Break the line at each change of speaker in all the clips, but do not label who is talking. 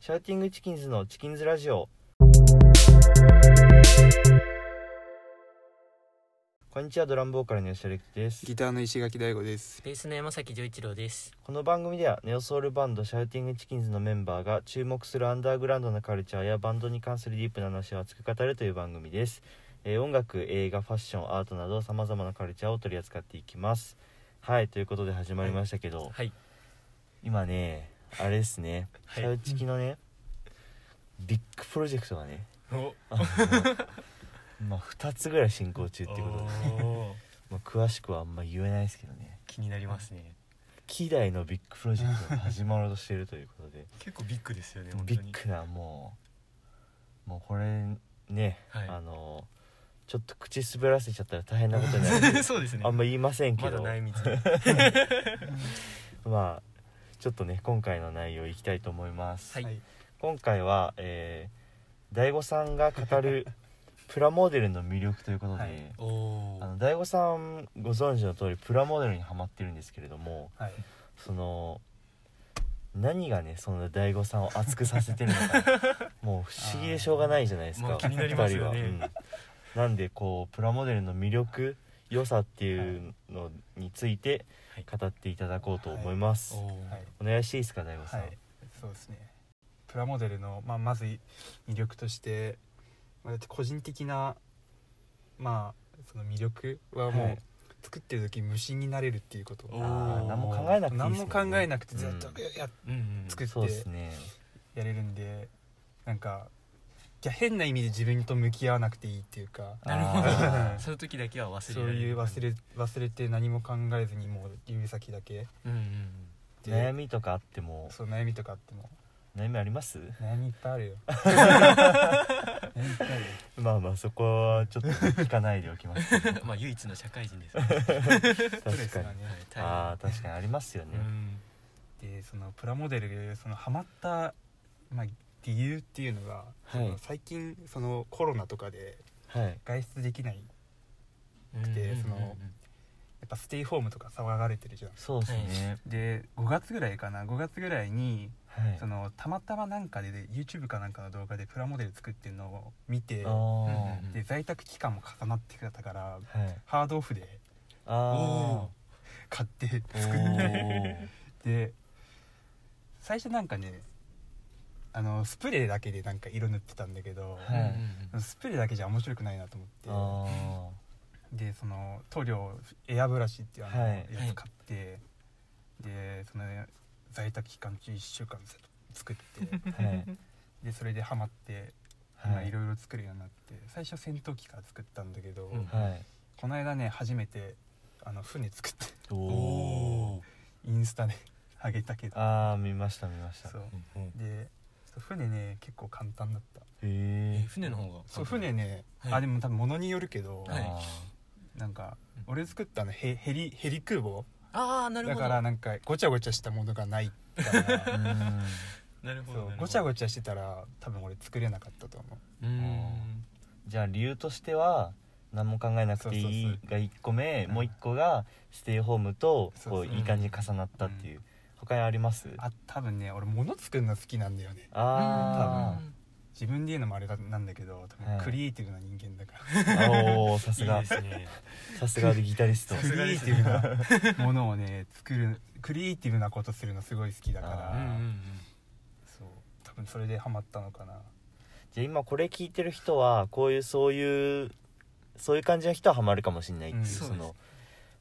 シャウティングチキンズのチキンズラジオこんにちはドラムボーカルの吉田力です
ギターの石垣大吾です。
ベースの山崎丈一郎です。
この番組ではネオソウルバンドシャウティングチキンズのメンバーが注目するアンダーグラウンドのカルチャーやバンドに関するディープな話を熱く語るという番組です、えー音楽映画ファッションアートなどさまざまなカルチャーを取り扱っていきますはいということで始まりましたけど、
はい。
今ねあれですね、
はい
シャウチキのねビッグプロジェクトがね
お、
あのまあ2つぐらい進行中っていうことで、 まあ、詳しくはあんま言えないですけどね
気になりますね。
希代のビッグプロジェクトが始まろうとしているということで
結構ビッグですよね
ビッグなもうもうこれね、
はい
あのちょっと口滑らせちゃったら大変なことになるん で
そうですね
あんま言いませんけど、
密で。
まあちょっとね今回の内容いきたいと思います。
はい。
今回は、えー、大悟さんが語るプラモデルの魅力ということで、
はい
あ
おお
の。大悟さんご存知の通りプラモデルにはまってるんですけれども
はい。
その何がねその大悟さんを熱くさせてるのかもう不思議でしょうがないじゃないです
も
か
う気になりますよね
二人はうんなんでこうプラモデルの魅力良さっていうのについて
はい
語っていただこうと思います、
お
はい。
お願いしていいですか大悟さ
は
ん、
い。そうですね。プラモデルの、まあ、まず魅力として。まあ、だって個人的な。まあ、その魅力はもう、
はい
作ってる時無心になれるっていうこと。
お
あー何も考えなくていい
何
です
も
も
考
んね
えなくて、ずっと
うん
や、や、
うんうん。
作っ
そうで
て
す。ね
やれるんで。なんか。じゃ、変な意味で自分と向き合わなくていいっていうか。
なるほど
あー
その時だけは忘れ
そう
られる
いう忘。れ、忘れて、何も考えずに、もう指先だけ。
うんうん
で
悩みとかあっても
そう、悩みとかあっても。
悩みあります
悩みいっぱいあ るよ悩みいっぱいあるよ
まあまあそこはちょっと聞かないでおきますけど
うん。まあ唯一の社会人ですから。はい
ストレ
確
ス
か
が
に
ね
大変
ああ確かにありますよね、
うん。
でそのプラモデルそのハマった、まあ、理由っていうの
は
が、
い
その最近そのコロナとかで
はい
外出できないでその
うんうんうん
やっぱステイホームとか騒がれてるじゃん
そうですね、
で5月ぐらいかな5月ぐらいに、
はい
そのたまたまなんかでで YouTube かなんかの動画でプラモデル作ってるのを見て
ああ、
うんうん
で在宅期間も重なってきたから
はい
ハードオフで
あ
買って
あ
作って
て
で最初なんかねあのスプレーだけでなんか色塗ってたんだけど、
はい
うんうんうん
スプレーだけじゃ面白くないなと
あ
思っ
あ
てでその塗料エアブラシっていうあの
はい
やつ買って、でその在宅期間中1週間ずっと作って
はいはい
でそれでハマって
は
今い
い
ろいろ作るようになって最初戦闘機から作ったんだけど、
うん
はい
この間ね初めてあの船作って
お
お
お
お。
インスタであげたけど
ああ見ました見ました
そう
へ
うんうん
でそう船ね結構簡単だった
え
え
船の方が。
そう船。ね、
はい
あでも多分物によるけど、
はい
なんか俺作ったのヘヘリヘリ空母
ああなる
だ
ほど。
からなんかごちゃごちゃしたものがないか
う
ら
ん
なるほ
そ
どなる
う
ほど。
ごちゃごちゃしてたら多分俺作れなかったと思う
うん。
じゃあ理由としては何も考えなくてい
そう
い
そうそ
が1個目
うん
もう1個がステイホームと
そう
こ
そう
ういい感じに重なったっていう他にあります
あ多分ね俺物作るの好きなんだよね
あ
自分で言うのもあれだなんだけど多
は
分
い
クリエイティブな人間だから、
あおーさす
い
が
いですね。
さすがでギタリスト
さす
ク
が
リ
で
エイ
す
テ
ね
ィブなものをね作るクリエイティブなことするのすごい好きだか
あ
ら
ー
うんうんうん。
そう多分それでハマったのかな
じゃあ今これ聞いてる人はこういうそういうそういう感じの人はハマるかもしれないっていう、
うん
そ
そうです
の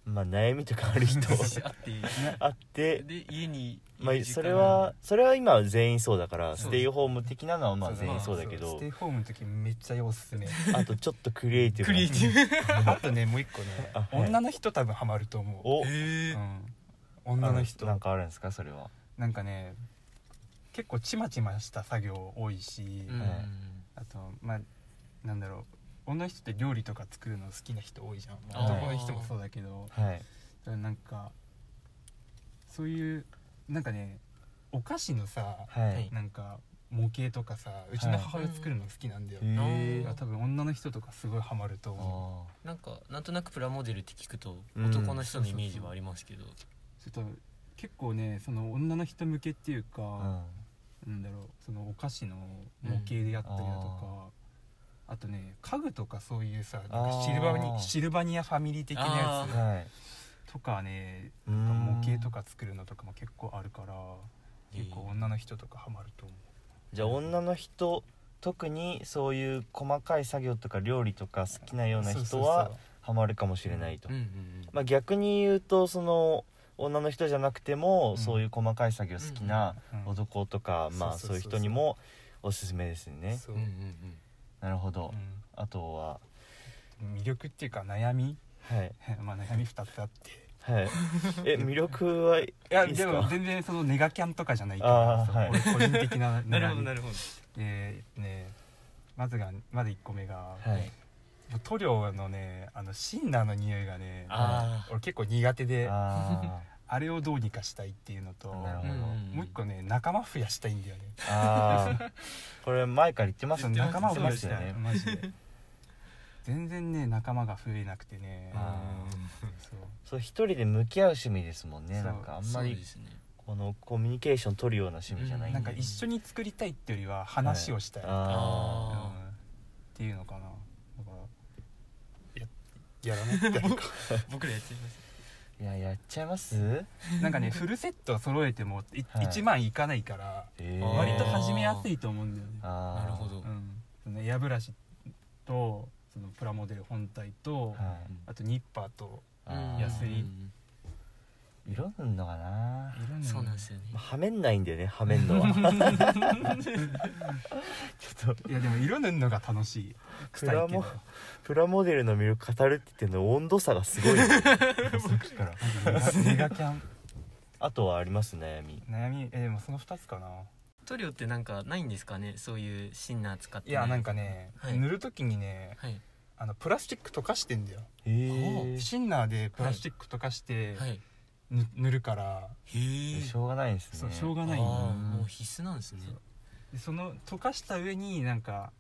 まあ悩みとかある 人
あって
あって
で家に
ま
い
あ
る時間
それはそれは今は全員そうだから
そ
ス
う
テイホーム的なのはまあ
そう
全員そうだけ
そ
ど
ステイホームの時めっちゃおすすめ
あとちょっとクリエイティブ
ク
な
リエイティブ
あとねもう一個ね、
あはい
女の人多分ハマると思う
お
え
うん、 女の人
な
なんんか
かあるんですかそれは
ね結構ちまちました作業多いし、
うん
はい
あとまあなんだろう女の人って料理とか作るの好きな人多いじゃん、まあ
はい
男の人もそうだけど
はい
だからなんかそういうなんかねお菓子のさ、
はい、
はい
なんか模型とかさうちの母親作るの好きなんだよ、
へ
だ
え
から多分女の人とかすごいハマると思
あ
う
なんかなんとなくプラモデルって聞くと
うん
男の人のイメージはありますけど
ちょっと結構ねその女の人向けっていう
ー
か、
うん
なんだろうそのお菓子の模型でやったりだとか、あとね家具とかそういうさなんかシルバ
あー
ニシルバニアファミリー的なや
あ
はい
つとかね
うー
なん
ん
か模型とか作るのとかも結構あるから
えー
結構女の人とかハマると思う。
じゃあ女の人特にそういう細かい作業とか料理とか好きなような人はハマるかもしれないと
うんうんうん
まあ、逆に言うとその女の人じゃなくても、
ん
そういう細かい作業好きな
そうそうそう、
男とか、
うん
まあ
そう
そう
そう
いう
そう
人
そう
にもおすすめです
うん
ね
そううん
うんうん
なるほど、
う
あとは
ん魅力っていうか悩み
はい
まあ悩み2つあって
はいえ魅力はい
いや
いいっす
で
か
も全然そのネガキャンとかじゃないけ
あ
ど
ー
そう
はい
俺個人 的な
なるほどな
る
るほど
えーねまずがまず1個目が、
はい
もう塗料のねあのシンナーの匂いがね
あ
俺結構苦手であ
あ
れをどうにかしたいっていうのと
なる
あ
ほど
もう一個ね仲間増やしたいんだよね
ーあーこれ前から言ってます
そ
ね
の仲間を
そう
増
で
やし
す
た
よ
い、
ね
マジで全然ね仲間が増えなくてね
あ
そう
そう一人で向き合う趣味ですもんね
そう
なんかあ
あ
んまり
ですね
このコミュニケーション取るような趣味じゃない
なんん
で、
か一緒に作りたいってよりは話をしたい、
あ
うん
あ
っていうのかなだからややらないってなんか
あ僕らやってみます
あいややっちゃいます
なんかねフルセット揃えてもい、
はい
1万いかないから
え
あー
割と始めやすいと思うんだよね、
あー
なるほど
うん、そのエアブラシとそのプラモデル本体と、
は
あとニッパーと
い、あー
安い
うん
いろんのかな、
いろんな
そうなんですよね
まあ、はめんないんだよねはめんのは ちょっと
いやでも色塗るのが楽しい臭いけど
ププラモデルの魅力語るって言ってるの温度差がすごい、ね、さっきから
なんかネガネガキャン
あとはあります悩み
悩みえでもその2つかな
塗料ってなんかないんですかねそういうシンナー使って
いやなんかね、
はい
塗る時にね
はい
あのプラスチック溶かしてんだよ
へえ
シンナーでプラスチック溶かして、
はい
ぬ塗るから
へえ
しょうがないですね
そうしょうが
あ
ない
あ
の
もう必須なんですね
そうでその溶かした上になんか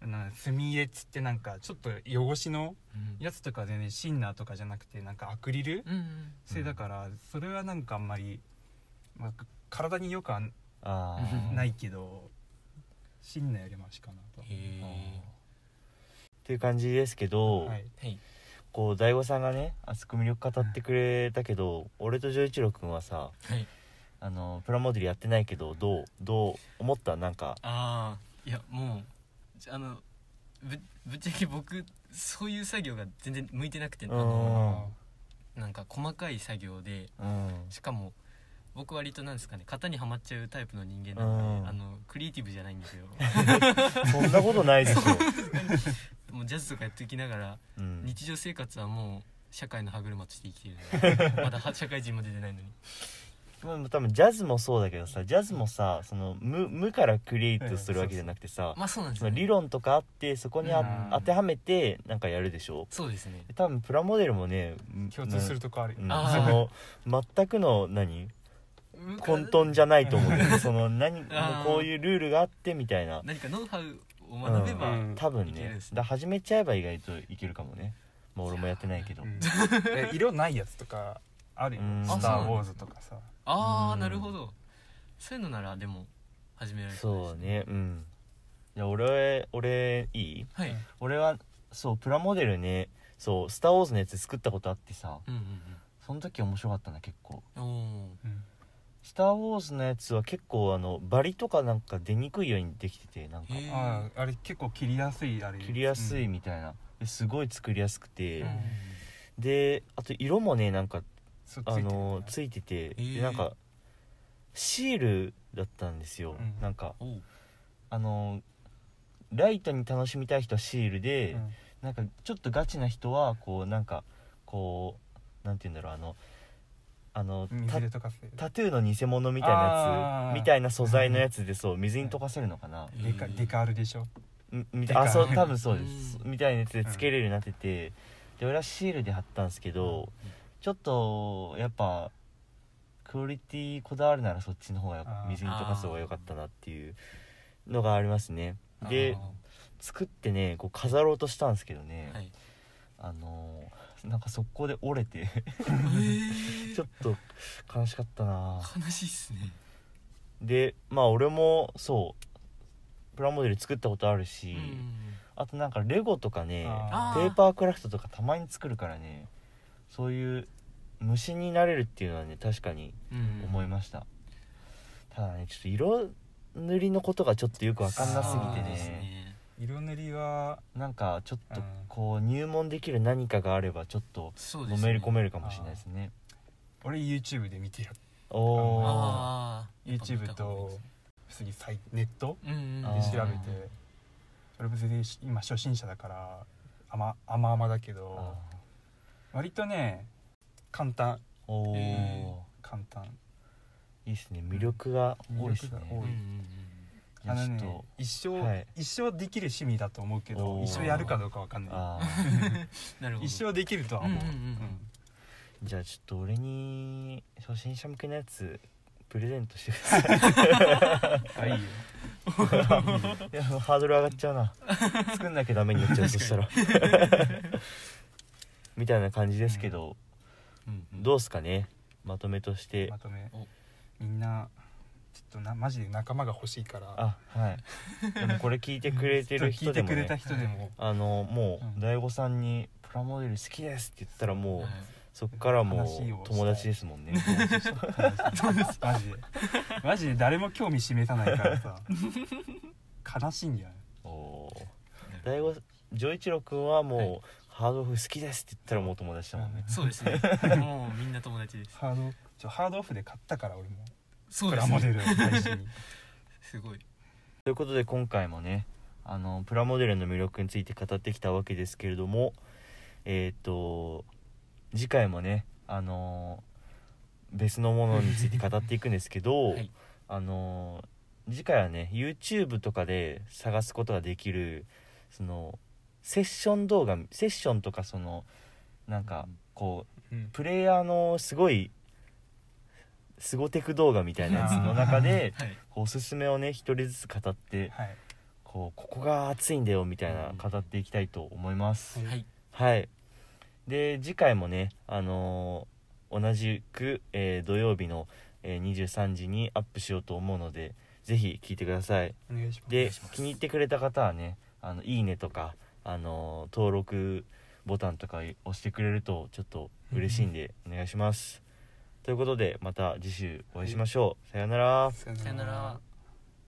な墨絵っつってなんかちょっと汚しの
うん
やつとか全然シンナーとかじゃなくてなんかアクリル
うんうん
製だからそれはなんかあんまり、まあ、体によくは
あー
ないけどシンナーよりマシかなと
へ。え
っていう感じですけど、
はい
はい
こう大悟さんがね熱く魅力語ってくれたけど、俺と丈一郎君はさ
はい
あのプラモデルやってないけどどうどう思ったなんか
ああいやもうじゃあのぶぶっちゃけ僕そういう作業が全然向いてなくてあ
うん
の
あ
なんか細かい作業で
うん
しかも僕割となんですかね型にはまっちゃうタイプの人間なの
うん
であのクリエイティブじゃないんです よ
そんなことないでしょ、
もうジャズとかやっていきながら
うん
日常生活はもう社会の歯車として生きてるのでまだは社会人も出てないのに
まあ、多分ジャズもそうだけどさジャズもさその無無からクリエイトするわけじゃなくてさ、
まあそうなんです
そ
よ、
の
ね、
理論とかあってそこにあ、
うん
当てはめてなんかやるでしょ
そうですね
多分プラモデルもね
ー共通するとこある、
うん、
あー
その全くの何混
か
沌じゃないと思うんだよねその何
あー
こういうルールがあってみたいな
何かノウハウを学べば、
うん
多分
いける
ね
ですね
だ始めちゃえば意外といけるかもねまあ俺もやってないけど、
うんえ色ないやつとかあるよ
うん
「スター・ウォーズ」とかさ
あ
う
あ
ん
なるほどそういうのならでも始められる
そうねうんじゃあ俺俺いい
はい、うん
俺はそうプラモデルねそう「スター・ウォーズ」のやつ作ったことあってさ
うん
その時面白かったな結構
うんお
うん
「スター・ウォーズ」のやつは結構あのバリとかなんか出にくいようにできててなんか
へえ
あああれ結構切りやすいあれ
切りやすい
うん
みたいな、ですごい作りやすくて、
ー
うん
であと色もねなんか
そうつい
あ
てる
の
ね
ついてて、で
へえ
なんかシールだったんですよ、
うん
なんか
おう
あのライトに楽しみたい人はシールで、
うん
なんかちょっとガチな人はこうなんかこうなんて言うんだろうあのあの
水
タ
で溶かす
タトゥーの偽物みたいな
あ
や
ー
つみたいな素材のやつでそう水に溶かせるのかな、
デカデカールでしょ
んみ
で
たい
かい
あそう多分そうです
うん
みたいなやつでつけれるようになっててで俺はシールで貼ったんですけどちょっとやっぱクオリティこだわるならそっちの方が
あー
水に溶かす方が良かったなっていうのがありますねで作ってねこう飾ろうとしたんですけどね、
あーはい
あのーなんか速攻で折れて
えー
ちょっと悲しかったな
悲しいっすね
でまあ俺もそうプラモデル作ったことある
う
し、
ん
あとなんかレゴとかね
あ
ペ
ー
ーパークラフトとかたまに作るからねそういう虫になれるっていうのはね確かに
うん
思いました、ただねちょっと色塗りのことがちょっとよく分かんなすぎて
そう
ね
ですね
色塗りは
なんかちょっと
うん
こう入門できる何かがあればちょっと
そう
の
です
め
ね
り込めるかもしれないですね
俺 YouTube で見てやっ
おお
ああ
YouTube と普通にサイネット
うんうん
で
あー
調べて俺も全然今初心者だから甘甘々だけど割とね簡単
おおー、
え
簡単
いいっすね魅力が多いっす
魅力が
う
多
ね
ん
い
いや
あ
ちょ
の
っと、
ね一生、
はい
一生できる趣味だと思うけど
おー
一生やるかどうかわかんない
あー
なるほど
一生できるとは思う、
うんうんうん
じゃあちょっと俺に初心者向けのやつプレゼントしてください
あいいよ
いやハードル上がっちゃう な作んなきゃダメになっちゃうそしたらみたいな感じですけど、
うんうん
どうっすかねまとめとして
まとめ
お
みんなちょっとなマジで仲間が欲しいから
あはいでもこれ聞いてくれてる人
聞い
で
て
も
くれた
ね
人でも
あのも
う
うん大悟さんに「プラモデル好きです」って言ったらもう、
はい
そっからも
話を
う友達ですもん ね
マジでマジで誰も興味示さないからさ悲しいんじゃない
おー大悟丈一郎君はもう、ハードオフ好きですって言ったらもう友達だもんね、
そうですね もうみんな友達です
ハードちょハードオフで買ったから俺も
そう
プ
で
ラ
す
モ
ね
デルを最初に
すごい
ということで今回もねあのプラモデルの魅力について語ってきたわけですけれどもえっ、と次回もねあの別のものについて語っていくんですけ ど、
はい
あの次回はね YouTube とかで探すことができるそのセッション動画セッションとかそのなんかこう、
うん
プレイヤーのすごいスゴテク動画みたいなやつの中 で
はい
こうおすすめをね一人ずつ語って
はい
こうここが熱いんだよみたいな語っていきたいと思います、
うん
はい
はいで次回もねあのー同じく、えー土曜日の、えー23時にアップしようと思うのでぜひ聞いてください
お願いします
で気に入ってくれた方はねあのいいねとかあの登録ボタンとか押してくれるとちょっと嬉しいんでお願いします、ということでまた次週お会いしましょう、さようなら
さよ
さよなら